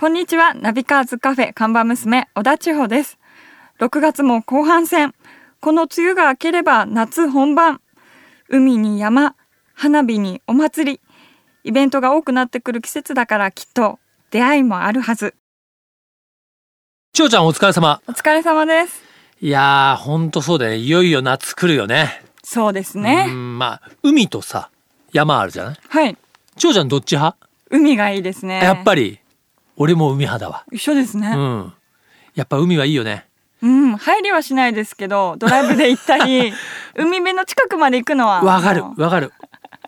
こんにちは、ナビカーズカフェ看板娘、小田千穂です。6月も後半戦。この梅雨が明ければ夏本番。海に山、花火にお祭り。イベントが多くなってくる季節だからきっと出会いもあるはず。千代ちゃんお疲れ様。お疲れ様です。いやー、ほんとそうだよね。いよいよ夏来るよね。そうですうーね。ん、まあ、海とさ、山あるじゃないはい。千代ちゃんどっち派、海がいいですね。やっぱり。り、俺も海派だわ。一緒ですうね。ん。やっぱ海はいいよね。うん、入りはしないですけど、ドライブで行った り、海辺の近くまで行くのは。わかるあの、わかる。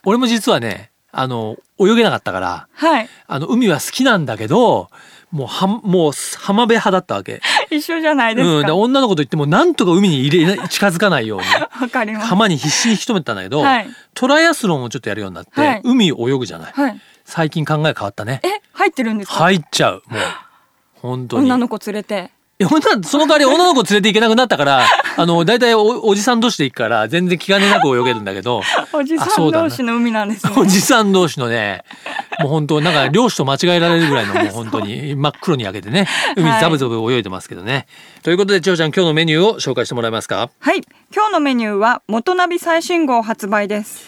俺も実はね、あの、泳げなかったから、はい。あの、海は好きなんだけど、もう、は、もう、浜辺派だったわけ。一緒じゃないですうん。でか。女の子と言っても、なんとか海に入れな、近づかないように。わかります。浜に必死に引き止めてたんだけど、はいトライアスロンをちょっとやるようになって、はい海を泳ぐじゃない。はい。最近考え変わったね。え、入ってるんですか。入っちゃう。もう。本当に。女の子連れて。いや女のその代わり女の子連れて行けなくなったから、あの、大体おおじさん同士で行くから、全然気兼ねなく泳げるんだ けど、おじさあそんうだな同士の海なんですね。おじさん同士のね、もう本当なんか漁師と間違えられるぐらい のもう本当に真っ黒に焼けてね、海ザブザブ泳いでますけどね。ということで、千代ちゃん今日のメニューを紹介してもらえますかはい。今日のメニューは元ナビ最新号発売です。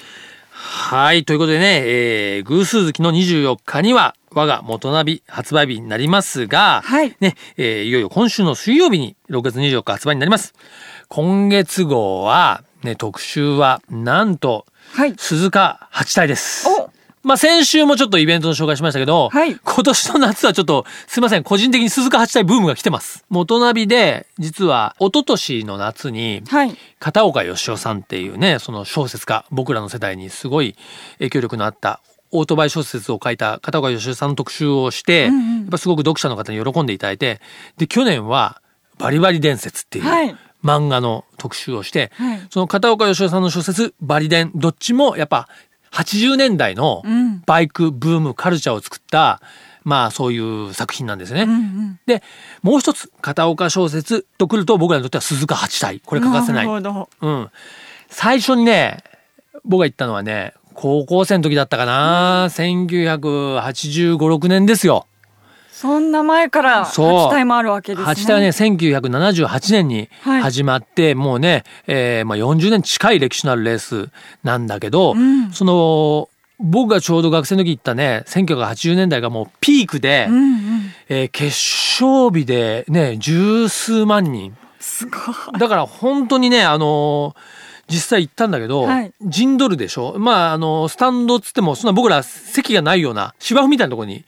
はい。ということでね、えー、偶数月の24日には、我が元ナビ発売日になりますが、はいね、えーいよいよ今週の水曜日に6月24日発売になります。今月号は、ね、特集は、なんと、はい。鈴鹿八体です。おまあ、先週もちょっとイベントの紹介しましたけど、はい今年の夏はちょっと、すいません、個人的に鈴鹿八体ブームが来てます。元ナビで、実は、一昨年の夏に、はい。片岡義雄さんっていうねその小説家僕らの世代にすごい影響力のあったオートバイ小説を書いた片岡義雄さんの特集をして、うんうんやっぱすごく読者の方に喜んでいただいてで去年は「バリバリ伝説」っていうはい漫画の特集をして、はいその片岡義雄さんの小説「バリ伝」どっちもやっぱ80年代のうんバイクブームカルチャーを作った、まあそういう作品なんですね。うんうん。でもう一つ片岡小説とくると僕らにとっては鈴鹿八体これ欠かせなないるほど。うん。最初にね、僕が行ったのはね、高校生の時だったかな。1985、6年ですよ。そんな前からそう八体もあるわけですね。八体はね、。1978年にはい始まって、もうね、えーまあ、40年近い歴史のあるレースなんだけど、うんその、僕がちょうど学生の時行ったね、1980年代がもうピークで、うんうん。えー決勝日でね、十数万人。すごい。 だから本当にね、あのー実際行ったんだけど、はい陣取るでしょまあ、あのースタンドっつっても、そんな僕ら席がないような芝生みたいなところに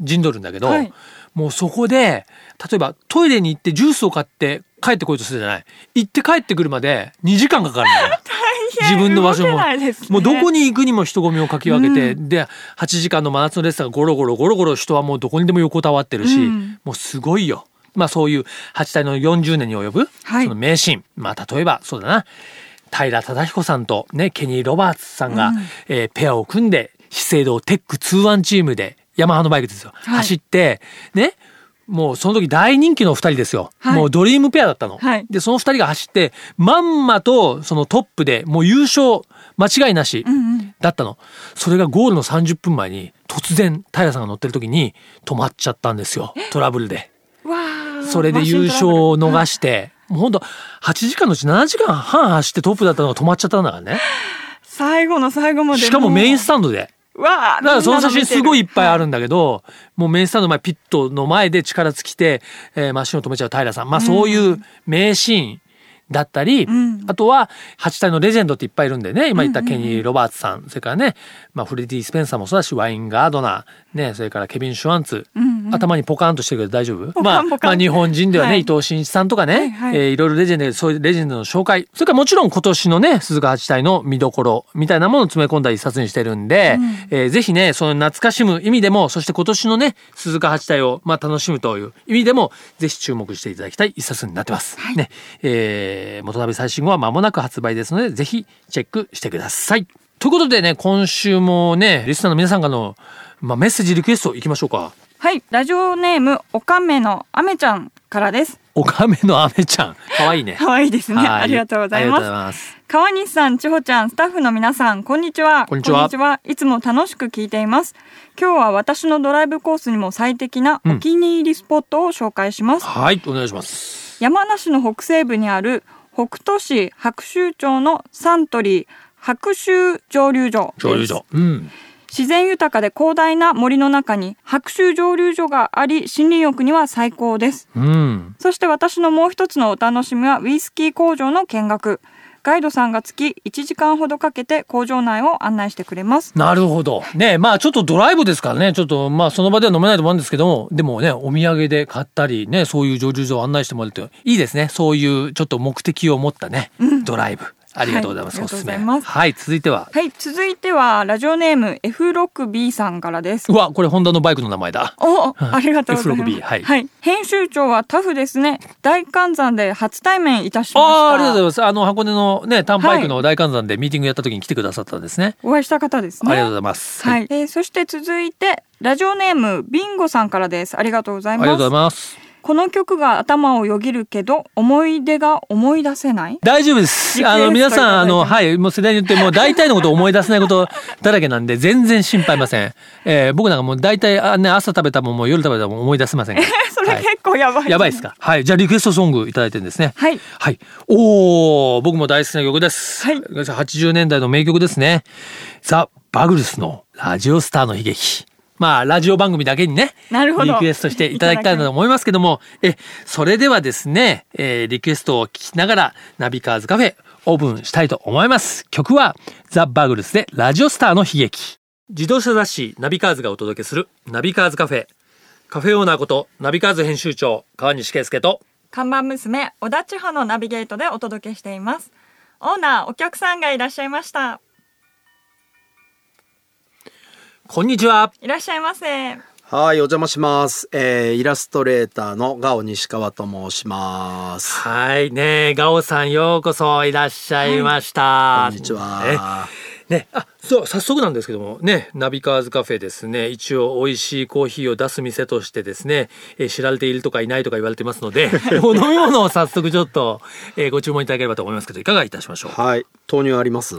陣取るんだけど、はいもうそこで、例えばトイレに行ってジュースを買って帰ってこようとするじゃない行って帰ってくるまで2時間かかるのよ。自分の場所も動けないですねもうどこに行くにも人混みをかき分けて、で8時間の真夏のレッスンがゴロゴロゴロゴロ人はもうどこにでも横たわってるし、うんもうすごいよ。まあそういう八体の40年に及ぶはいその名シーン、まあ例えばそうだな平忠彦さんと、ね、ケニー・ロバーツさんが、うんえーペアを組んで資生堂テック2-1チームでヤマハのバイクですよ、はい走ってねもうその時大人気の2人ですよ、はいもうドリームペアだったの、はいでその2人が走ってまんまとそのトップでもう優勝間違いなしうんうん。だったの、それがゴールの30分前に突然平さんが乗ってる時に止まっちゃったんですよトラブルで。わあ。それで優勝を逃して、もうほんと8時間のうち7時間半走ってトップだったのが止まっちゃったんだからね。最後の最後までしかもメインスタタンドで。わあだからその写真すごいいっぱいあるるんだけど、もうメインスタンドの前、ピットの前で力尽きて、えーマシンを止めちゃう平さん。まあそういう名シーンだったり、んあとは八体のレジェンドっていっぱいいるんでね、今言ったケニー・ロバーツさん、それからね、まあフレディ・スペンサーもそうだし、ワイン・ガードナー、ね、それからケビン・シュワンツ、ん頭にポカーンとしてるけど大丈夫ポカンポカンまあ、まあ日本人ではね、はい伊藤真一さんとかね、はいはいえーいろいろレジェンドでそういうレジェンドの紹介それからもちろん今年のね鈴鹿八体の見どころみたいなものを詰め込んだ一冊にしてるんで、えーぜひねその懐かしむ意味でもそして今年のね鈴鹿八体を、まあ、楽しむという意味でもぜひ注目していただきたい一冊になってます。ねえー元鍋最新号は間もなく発売ですのでぜひチェックしてください。ということでね今週もねリスナーの皆さんからの、まあ、メッセージリクエストいきましょうか。はい、ラジオネームおかめのあめちゃんからです。おかめのアメちゃん。可愛 いね。可愛いですね。はいありがとうございあまりがとうごす。ざいます。川西さん、千穂ちゃん、スタッフの皆さん、こんにちは。こんにちはいつも楽しく聞いています。今日は私のドライブコースにも最適なお気に入りスポットを紹介します。はい、お願いします。山梨の北西部にある北斗市白州町のサントリー白州蒸留所です蒸留所。うん。自然豊かで広大な森の中に白州蒸留所があり森林浴には最高ですうん。そして私のもう一つのお楽しみはウイスキー工場の見学ガイドさんが月1時間ほどかけて工場内を案内してくれますなるほど。ねまあちょっとドライブですからね、ちょっとまあその場では飲めないと思うんですけども、でもね、お土産で買ったりね、そういう蒸留所を案内してもらえるといいですね。そういうちょっと目的を持ったね、ドライブ。ありがとうございます。はいおすすあめ。りがとうございますはい、続いては。はい続いてはラジオネーム F6B さんからですうわ、これホンダのバイクの名前だ。お、はいありがとうございます。 F6B はい編集長はタフですね。大寒山で初対面いたしました。ああ、ありがとうございます。あの箱根のね、タンバイクの大観山でミーティングやった時に来てくださったんですね。お会いした方ですね。ありがとうございます。ははいい、えーそして続いてラジオネームビンゴさんからです。ありがとうござあいりがまとうす。ございます。この曲が頭をよぎるけど思い出が思い出せない。大丈夫でリす。クエスあトの、皆さん、あいの、ただはい、もう世代によってもう大体のことを思い出せないこと だらけなんで、全然心配ません。えー僕なんかもう大体、あね、朝食べたもんもう夜食べたもん思い出せませんから それはい、結構やばい、やばいです。かはい、じゃあリクエストソングいただいてるんですね。はい。はい。おー、僕も大好きな曲です。はい80年代の名曲ですね。ザ・バグルスのラジオスターの悲劇。まあ、ラジオ番組だけにね、なるほどリクエストしていただきたいなと思いますけども、え、それではですね、えーリクエストを聞きながら、ナビカーズカフェ、オープンしたいと思います。曲は、ザ・バグルスでラジオスターの悲劇。自動車雑誌ナビカーズがお届けするナビカーズカフェ。カフェオーナーこと、ナビカーズ編集長、川西圭介と、看板娘小田千穂のナビゲートでお届けしています。オーナーお客さんがいらっしゃいました。こんにちは。いらっしゃいませ。はい、お邪魔します。えーイラストレーターのガオ西川と申します。はいねえガオさんようこそいらっしゃいました、こんにちは。ねねあそう早速なんですけどもねナビカーズカフェですね一応美味しいコーヒーを出す店としてですね、えー知られているとかいないとか言われてますのでお飲み物を早速ちょっと、えーご注文いただければと思いますけどいかがいたしましょうはい、豆乳あります。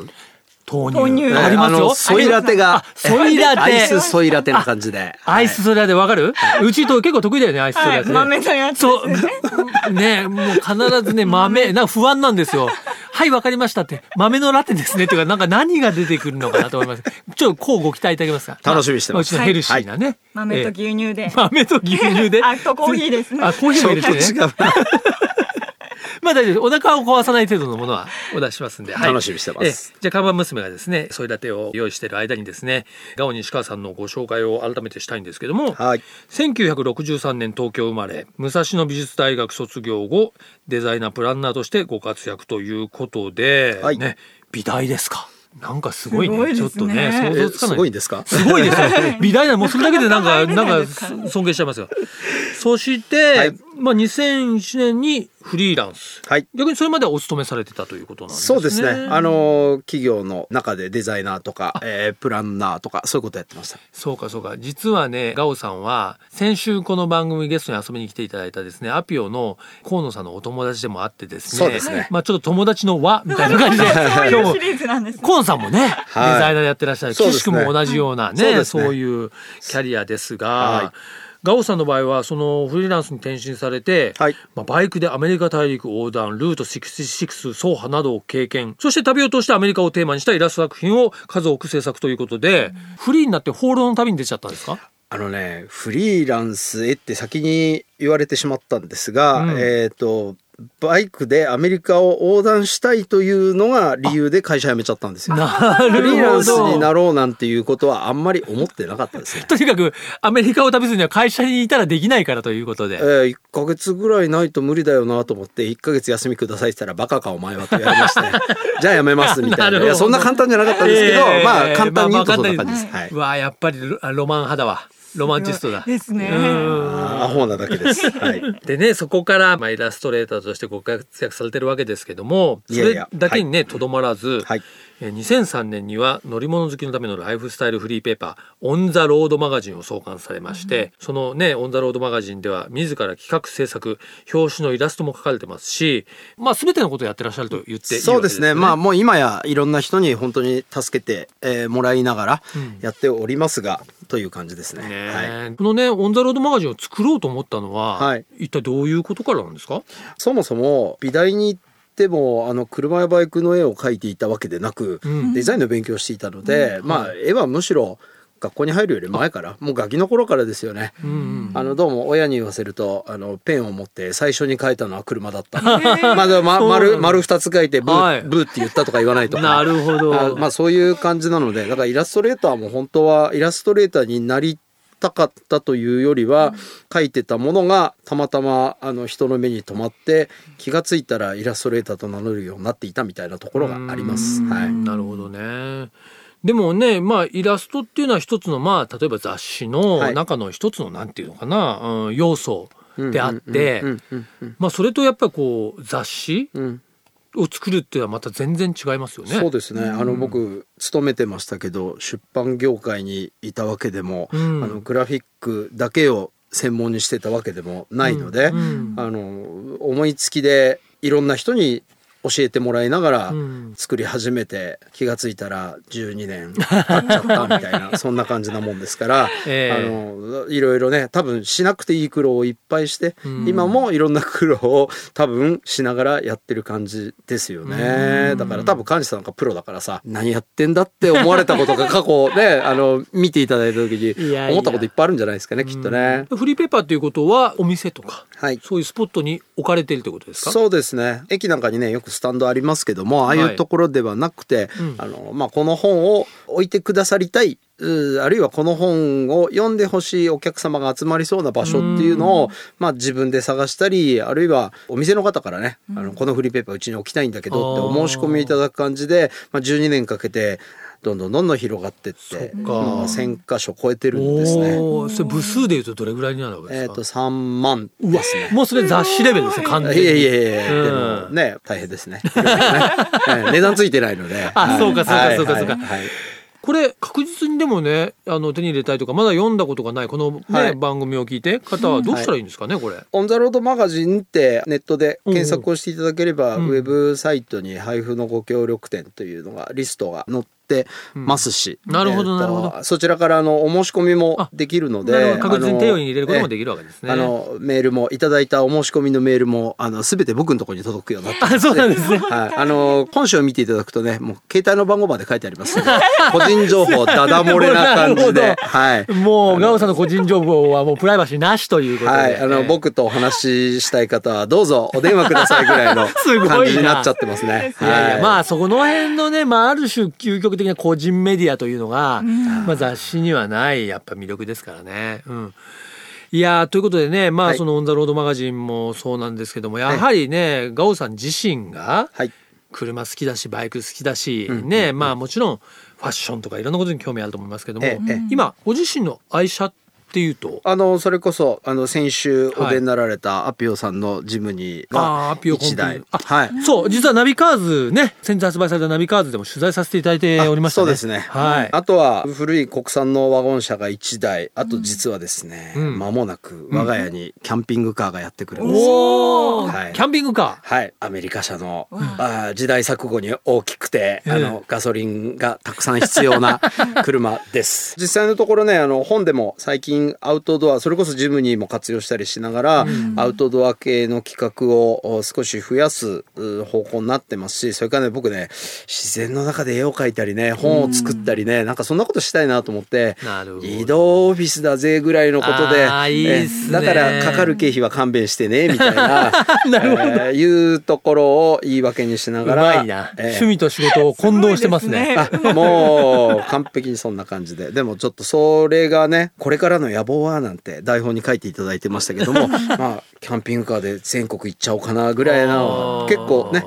豆乳豆乳えーありますあよのソイラテあが、ソイラテアイスソイラテの感じで。アイスソラでわかる、うちと結構得意だよねアイスソラはい、で、豆のやつですね。そう、ね、もう必ずね、豆、なんか不安なんですよ。はい、わかりましたって、豆のラテですね。というか、なんか何が出てくるのかなと思います。ちょっとこうご期待いただけますか。楽しみにしてますあうちのヘルシーなね。豆とえ牛乳でえ。豆と牛乳 で。あとコーヒーですねあ、コーヒーも入れてね。ちょっと違うなまあ大丈夫です。お腹を壊さない程度のものはお出ししますんで。はい 楽しみにしてますええじゃあ、看板娘がですね、ソイラテを用意している間にですね、ガオ西川さんのご紹介を改めてしたいんですけども、はい1963年東京生まれ、武蔵野美術大学卒業後、デザイナープランナーとしてご活躍ということで、はいね、美大ですか。なんかすごいすね。ごいですねちょっとね、想像つかない。えすごいんですかすごいで すよ。美大なもうそれだけでなんか、なかなか入れなないんですからか尊敬しちゃい ますよ。そして、はいまあ2001年にフリーランス。はい。逆にそれまではお勤めされてたということなんですね。そうですね。あのー企業の中でデザイナーとか、えープランナーとかそういうことやってました。そうかそうか。実はね、ガオさんは、先週この番組ゲストに遊びに来ていただいたですね、アピオの河野さんのお友達でもあってですね。そうですねまあちょっと友達の輪みたいな感じで、 そうい今う日シも。リーズなんですね。河野さんもね、はいデザイナーでやってらっしゃる。そう岸ですねくも同じようなね、そうそうですねいうキャリアですが、はいガオさんの場合は、そのフリーランスに転身されて、はいまあ、バイクでアメリカ大陸横断、ルート66、走破などを経験、そして旅を通してアメリカをテーマにしたイラスト作品を数多く制作ということで、フリーになって放浪の旅に出ちゃったんですかあのねフリーランスへって先に言われてしまったんですが、うんえっ、とバイクでアメリカを横断したいというのが理由で会社辞めちゃったんですよ。なるほど。フリーランスになろうなんていうことはあんまり思ってなかったです 。ねとにかく、アメリカを旅するには会社にいたらできないからということえで。ー、1ヶ月ぐらいないと無理だよなと思って1ヶ月休みくださいって言ったらバカかお前はと言われ ましてじゃあやめますみなたいるほなどいやそんな簡単じゃなかったんですけど、えーまあ簡単に言うとそんな感じです、まあはいわあやっぱりロロマン派だわ。ロマンチストだ。ですね。うんあーアホなだけです。はい。 でねそこから、まあ、イラストレーターとしてご活躍されてるわけですけどもそいやいれやだけにねとどまらず、はい。えー2003年には乗り物好きのためのライフスタイルフリーペーパー「オン・ザ・ロード・マガジン」を創刊されまして、そのね「オン・ザ・ロード・マガジン」では自ら企画制作表紙のイラストも書かれてますし、まあ、全てのことをやってらっしゃると言っていいわけですよそうですね。まあもう今やいろんな人に本当に助けて、えーもらいながらうんやっておりますが、という感じですね。ねはい。えこのね「オン・ザ・ロード・マガジン」を作ろうと思ったのは、はい一体どういうことからなんですかそもそも美大に行ってもあの車やバイクの絵を描いていたわけでなく、うんデザインの勉強をしていたので、まあ絵はむしろ学校に入るより前からもうガキの頃からですよね。うんうんあのどうも親に言わせるとあのペンを持って最初に書いたのは車だった。 まあでもまそうなんだ丸丸二つ書いてブー,、はいブーって言ったとか言わないとか。なるほど。 あまあそういう感じなのでだからイラストレーターも本当はイラストレーターになりたかったというよりは、書いてたものがたまたまあの人の目に留まって気がついたらイラストレーターと名乗るようになっていたみたいなところがあります。うんはい、なるほどね。でもね、まあ、イラストっていうのは一つの、まあ、例えば雑誌はのい中の一つの、なんていうのかな、うん、要素であっうてん、うんうんまあ、それとやっぱりこう、雑誌うんうんを作るっていうのはまた全然違いますよね。そうですねあの僕勤めてましたけど出版業界にいたわけでも、うんあのグラフィックだけを専門にしてたわけでもないので、うんうんあの思いつきでいろんな人に教えてもらいながらうん作り始めて気がついたら12年経っちゃったみたい なそんな感じなもんですから、えあのいろいろね多分しなくていい苦労をいっぱいして、うん今もいろんな苦労を 多分しながらやってる感じですよね、うんだから多分幹事さんがプロだからさ何やってんだって思われたことが過去ねあの見ていただいた時いやいやに思ったこといっぱいあるんじゃないですかねきっとね。フリーペーパーっていうことは、お店とか、はいそういうスポットに置かれているということですかそうですね駅なんかにねよくスタンドありますけどもああいはいうところではなくて、うんあのまあ、この本を置いてくださりたいうーあるいはこの本を読んでほしいお客様が集まりそうな場所っていうのを、まあ、自分で探したりあるいはお店の方からね、あのこのフリーペーパーうちに置きたいんだけどってあーお申し込みいただく感じで、まあ、12年かけてどんどんどんどん広がってっそってか今1,000箇所超えてるんですね。おーそれ部数でいうとどれぐらいになるわけでえすっかと3万ですね。もうそれ雑誌レベルですよ、完全いに。やいやいやいや、うんでもね大変ですね いろいろねええ値段ついてないのであはいそうかそうかそうかそうかはいはいはいこれ確実にでもねあの手に入れたいとかまだ読んだことがないこの、ねはい番組を聞いて方はどうしたらいいんですかね、これ。オン・ザ・ロード・マガジンってネットで検索をしていただければ、うんうんウェブサイトに配布のご協力店というのがリストが載ってますし、うんなるほどえーとなるほそちらからあのお申し込みもできるのなるでほど確実に手を入れることもきできるわけですね。あのメールもいただいたお申し込みのメールもあの全て僕のところに届くようになってます あそうなんですね。はい、あの本紙を見ていただくとねもう携帯の番号まで書いてあり ますので個人情報ダダ漏れな感じなるで、ほどはいもうガオさんの個人情報はもうプライバシーなしということで。はい、あの僕とお話ししたい方はどうぞお電話くださいぐらいの すごいな感じになっちゃってますね。いやいやあまあそこの辺のね、まあ、ある種究極的な個人メディアというのが、まあ、雑誌にはないやっぱ魅力ですからね。うん、いやーということでね、まあ、はいその「オン・ザ・ロード・マガジン」もそうなんですけどもやはりね、ガオさん自身がはい車好きだしバイク好きだし、うんねまあもちろんファッションとかいろんなことに興味あると思いますけども、ええええ今ご自身の愛車っていうとあのそれこそあの先週はいお出になられたアピオさんのジムニーあーがアピオコンピュ1ー台あはいそう実はナビカーズね先日発売されたナビカーズでも取材させていただいておりましたね。あそうですねはい、あとは古い国産のワゴン車が1台あと実はですね、うん間もなく我が家にキャンピングカーがやってくるんですよおお、はいキャンピングカはい、アメリカ車の、わあー時代錯誤に大きくて、ええあのガソリンがたくさん必 要な車です実際のところねあの本でも最近アウトドアそれこそジムニーも活用したりしながら、アウトドア系の企画をお少し増やすう方向になってますしそれからね僕ね自然の中で絵を描いたりね本を作ったりね、なんかそんなことしたいなと思ってー。なるほど。移動オフィスだぜぐらいのことであーいいっすねえだからかかる経費は勘弁してねみたいな えーいうところを言い訳にしなうがらまいな、えー趣味と仕事を混同してますね。すあもう完璧にそんな感じででもちょっとそれがねこれからの野望はなんて台本に書いていただいてま したけどもまあキャンピングカーで全国行っちゃおうかなぐらいなのは結構ね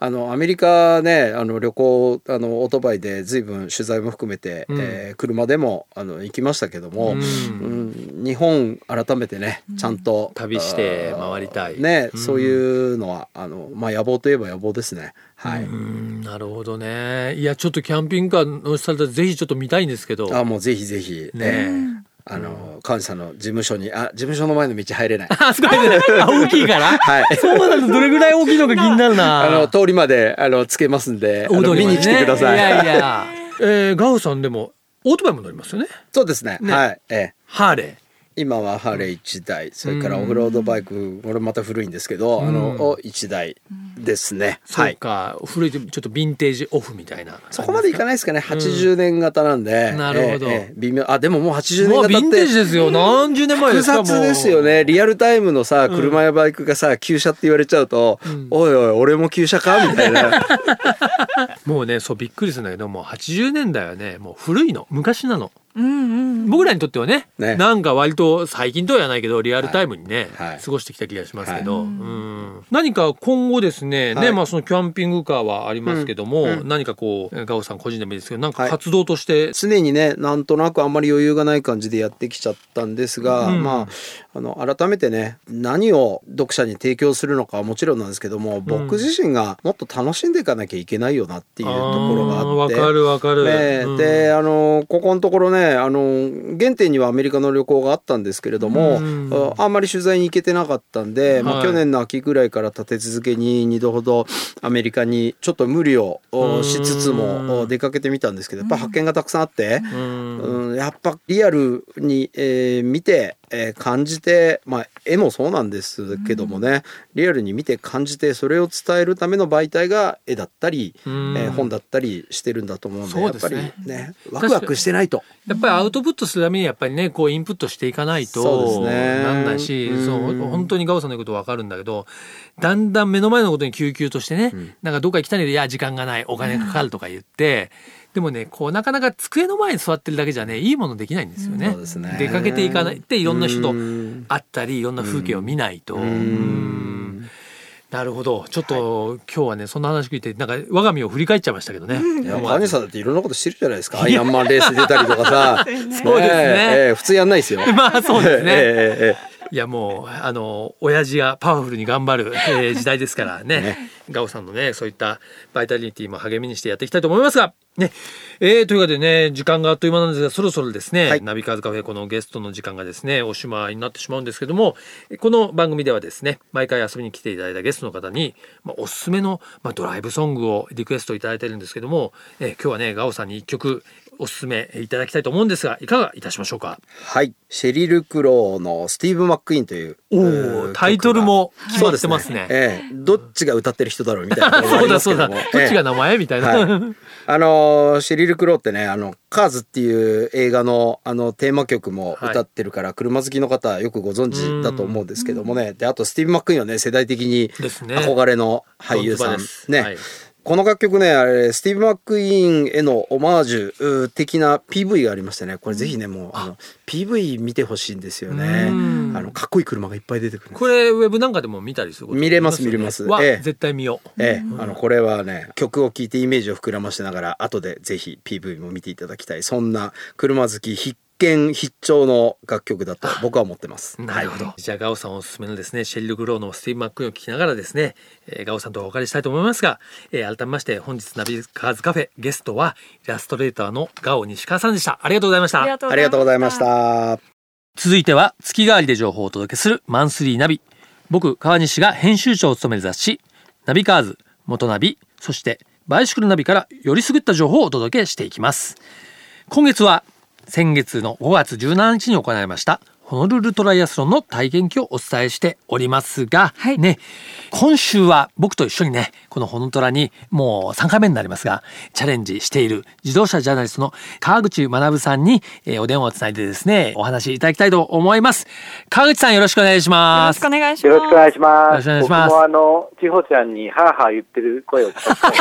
あのアメリカねあの旅行あのオートバイで随分取材も含めて、うんえー車でもあの行きましたけどうも、うんん日本改めてねちゃんと、旅して回りたいあーね、うんそういうのはあの、まあ、野望といえば野望ですねはい、うんなるほどねいやちょっとキャンピングカーのされたらぜひちょっと見たいんですけどあもうぜひぜひねねあの川西さんの事務所にあ事務所の前の道入 れないあすごいねあ大きいからはいそうなるとどれぐらい大きいのか気になる なあの通りまであのつけますんで、あ大の通り見までねに来てください。いやいや、 えー、ガウさんでもオートバイも乗りますよねそうですね。ねはい。ええハーレ今はハーレー1台、それからうんオフロードバイク、これまた古いんですけど、あうんのを1台ですね。ーはそうい。か、古いちょっとヴィンテージオフみたいなそこまでいかないですかね。80年型なんで、なるほどええええ微妙。あでももう80もうヴィ年型ンっテーてジですよ何十年前で複すか雑ですよね。リアルタイムのさ、車やバイクがさ、旧車って言われちゃうと、おいおい俺も旧車かみたいな。もうねそうびっくりするんだけどもう80年代はねもう古いの昔なのうんうん。僕らにとってはねねなんか割と最近とは言わないけどリアルタイムにね、はいはい過ごしてきた気がしますけはど、いうん何か今後ですね,、はいねまあ、そのキャンピングカーはありますけども、うんうん何かこうガオさん個人でもいいですけどなんかはい活動として、常にねなんとなくあんまり余裕がない感じでやってきちゃったんですが、うんまああの改めてね何を読者に提供するのかはもちろんなんですけども僕自身がもっと楽しんでいかなきゃいけないよなっていうところがあって。ーわかるわかる、ねうんであのここのところねあの原点にはアメリカの旅行があったんですけれども、うんああんまり取材に行けてなかったんで、まはあ、い去年の秋ぐらいから立て続けに2度ほどアメリカにちょっと無理をうんおしつつもお出かけてみたんですけどやっぱ発見がたくさんあって、うんうん、やっぱリアルに、えー見て、えー感じて、まあ、絵もそうなんですけどもね、リアルに見て感じてそれを伝えるための媒体が絵だったり、うんえー本だったりしてるんだと思うんでそうですねやっぱりねワクワクしてないと。やっぱりアウトプットするためにやっぱりねこうインプットしていかないそとうですねなんないしうんそう,、本当にガオさんの言うことわかるんだけどだんだん目の前のことに救急としてね、んなんかどっか行きたいんだけどいや時間がないお金かかるとか言って、でもねこうなかなか机の前に座ってるだけじゃねいいものできないんですよね。そうですね出かけていかないっていろんな人とうん会ったりいろんな風景を見ないと。うんうんなるほどちょっと、今日はねそんな話聞いてなんか我が身を振り返っちゃいましたけどね。いやマニさんだっていろんなことしてるじゃないですかアイアンマンレース出たりとか さそうですねええええ普通やんないですよ まあそうですね ええええええいやもうあの親父がパワフルに頑張る、えー時代ですからねガオさんのねそういったバイタリティも励みにしてやっていきたいと思いますがねえー、というわけでね時間があっという間なんですがそろそろですね、はいナビカーズカフェこのゲストの時間がですねおしまいになってしまうんですけどもこの番組ではですね毎回遊びに来ていただいたゲストの方に、まあ、おすすめの、まあ、ドライブソングをリクエストいただいてるんですけども、えー今日はねガオさんに一曲おすすめいただきたいと思うんですがいかがいたしましょうかはいシェリル・クローのスティーブ・マック・イーンというおうーんタイトルも決そまうでってすますね。ええ、どっちが歌ってる人だろうみたいなところがあそうりまだすそうけどだ。もどっちが名前みたいな。 はいあのーシェリル・クローってね「あのカーズ」っていう映画のあのテーマ曲も歌ってるから、車好きの方はよくご存知だと思うんですけどもねであとスティーブ・マックイーンはね世代的にですね憧れの俳優さドんンズバですねはいこの楽曲ねあれスティーブ・マックイーンへのオマージュう的な PV がありましてねこれぜひねもうあの PV 見てほしいんですよねうんあのかっこいい車がいっぱい出てくるんですこれウェブなんかでも見たりすること見れますできよね見れますわええ絶対見よう。ええ、あのこれはね曲を聴いてイメージを膨らませながら後でぜひ PV も見ていただきたいそんな車好き必見必聴の楽曲だと僕は思ってます。なるほど。じゃあガオさんおすすめのですね、シェリル・グローのスティーブ・マックイーンを聞きながらですね、えーガオさんとお別れしたいと思いますが、えー改めまして本日ナビカーズカフェゲストはイラストレーターのガオ西川さんでした。ありがとうございました。ありがとうございまし。た。続いては月替わりで情報をお届けするマンスリーナビ僕川西が編集長を務める雑誌ナビカーズ元ナビそしてバイシクルナビからよりすぐった情報をお届けしていきます今月は先月の5月17日に行われましたホノルルトライアスロンの体験記をお伝えしておりますが、はいね今週は僕と一緒にねこのホノトラにもう3回目になりますがチャレンジしている自動車ジャーナリストの川口学さんに、えーお電話をつないでですねお話しいただきたいと思います川口さんよろしくお願いしよまろしすくお願いします。よろしくお願いします。よろしくお願いします僕もあの、千穂ちゃんに、はーはー言ってる声を聞かせて。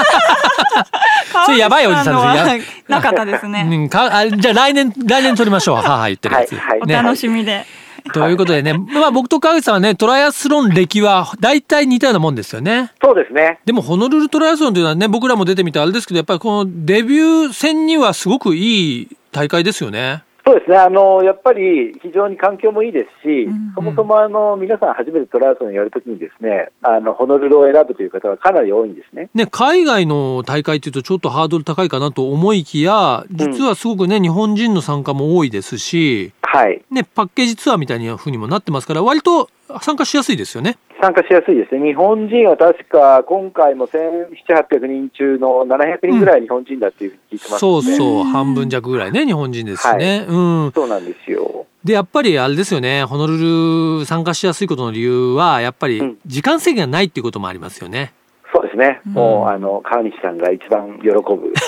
それやばいおじさん川ですよ口さのはなかったですね。うん、かあじゃあ来年来年撮りましょうはあはあ言ってるはやい、つ、はい。お楽しみで。ということでね、まあ僕と川口さんはね、トライアスロン歴は大体似たようなもんですよね。そうですね。でもホノルルトライアスロンというのはね、僕らも出てみてあれですけど、やっぱりこのデビュー戦にはすごくいい大会ですよね。そうですね。あの、やっぱり非常に環境もいいですし、うんそもそもあの、皆さん初めてトライアスロンやるときにですね、あの、ホノルルを選ぶという方がかなり多いんですね。ね、海外の大会っていうとちょっとハードル高いかなと思いきや、実はすごくね、日本人の参加も多いですし、はい。ね、パッケージツアーみたいな風にもなってますから、割と参加しやすいですよね。参加しやすいですね。日本人は確か、今回も1700人中の700人ぐらい日本人だっていうふうに聞いてますそのうで、そう、半分弱ぐらいね、日本人ですしね。うん。そうなんですよ。で、やっぱりあれですよね、ホノルル参加しやすいことの理由は、やっぱうりん時間制限がないっていうこともありますよね。そうですね。うんもう、あの、川西さんが一番喜ぶ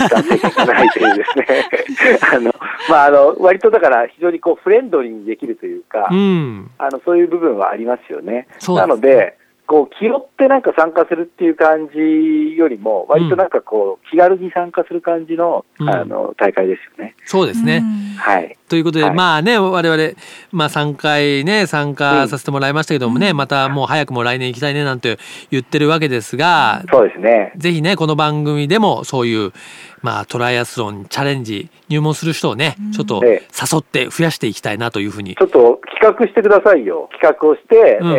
男性がないというですね。 あの、まあ、あの、割とだから非常にこう、フレンドリーにできるというかう、ん。あの、そういう部分はありますよね。そうなので、こう、気負ってなんか参加するっていう感じよりも、割となんかこう、気軽に参加する感じの、うんあの、大会ですよね。そうですね。はい。ということで、はいまあね、我々、まあ3回ね、参加させてもらいましたけどもね、またもう早くも来年行きたいねなんて言ってるわけですが、そうですね。ぜひね、この番組でもそういう、まあトライアスロンチャレンジ、入門する人をね、ちょっとええ誘って増やしていきたいなというふうにちょっと企画してくださいよ。企画をして、うんえ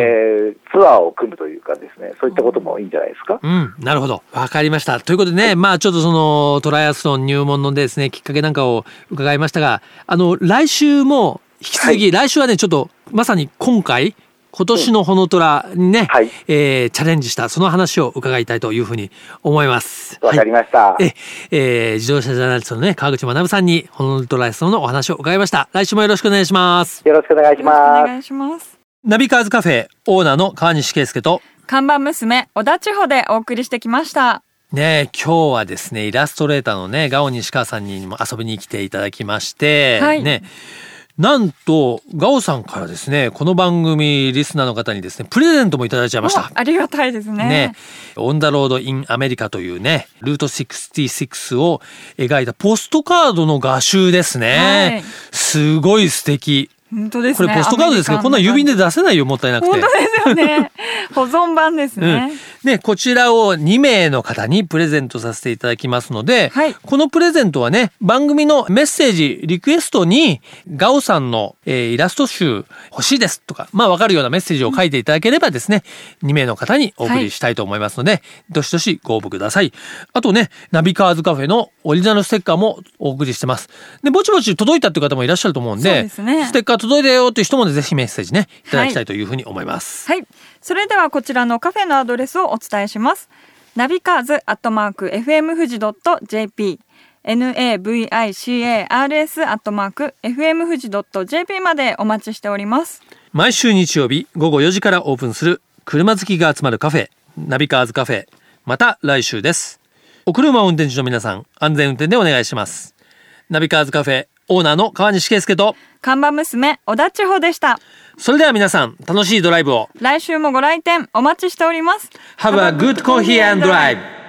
ーツアーを組むというかですね、そういったこともいいんじゃないですか。うん、なるほど。わかりました。ということでね、まあちょっとそのトライアスロン入門のですね、きっかけなんかを伺いましたが、あの、来週も引き続き、来週はね、ちょっとまさに今回、今年のホノトラにね、はいえーチャレンジしたその話を伺いたいというふうに思います。わかりました。はい、ええー自動車ジャーナリストのね、川口学さんにホノルルトライアスロンのお話を伺いました。来週もよろしくお願いします。よろしくお願いしよろしくおます。願いします。ナビカーズカフェオーナーの川西圭介と、看板娘、小田千穂でお送りしてきました。ねえ今日はですねイラストレーターのねガオ西川さんにも遊びに来ていただきまして、はいねなんとガオさんからですねこの番組リスナーの方にですねプレゼントもいただいちゃいましたお。ありがたいですね。ね、オン・ダ・ロード・イン・アメリカというね、ルート66を描いたポストカードの画集ですはね。いすごい素敵。本当ですこね。れポストカードですけど、こんなん郵便でア出せないよ、もったいなくて。メリカンな感じ。本当ですよ ね。保存版ですね。うん、でこちらを2名の方にプレゼントさせていただきますので、はいこのプレゼントはね番組のメッセージリクエストにガオさんの、えーイラスト集欲しいですとかまあわかるようなメッセージを書いていただければですね、2名の方にお送りしたいと思いますので、どしどしご応募くださいあとねナビカーズカフェのオリジナルステッカーもお送りしてますでぼちぼち届いたって方もいらっしゃると思うんでそうですねステッカー届いたよっていう人もねぜひメッセージねいただきたいというふうに思います、はい。それではこちらのカフェのアドレスをお伝えします。ナビカーズアットマーク FM 富士 .jp navicars アットマーク FM 富士 .jp までお待ちしております。毎週日曜日午後4時からオープンする車好きが集まるカフェナビカーズカフェまた来週ですお車を運転中の皆さん安全運転でお願いしますナビカーズカフェオーナーの川西圭介と看板娘、小田千穂でした。それでは皆さん楽しいドライブを来週もご来店お待ちしております。 Have a good coffee and drive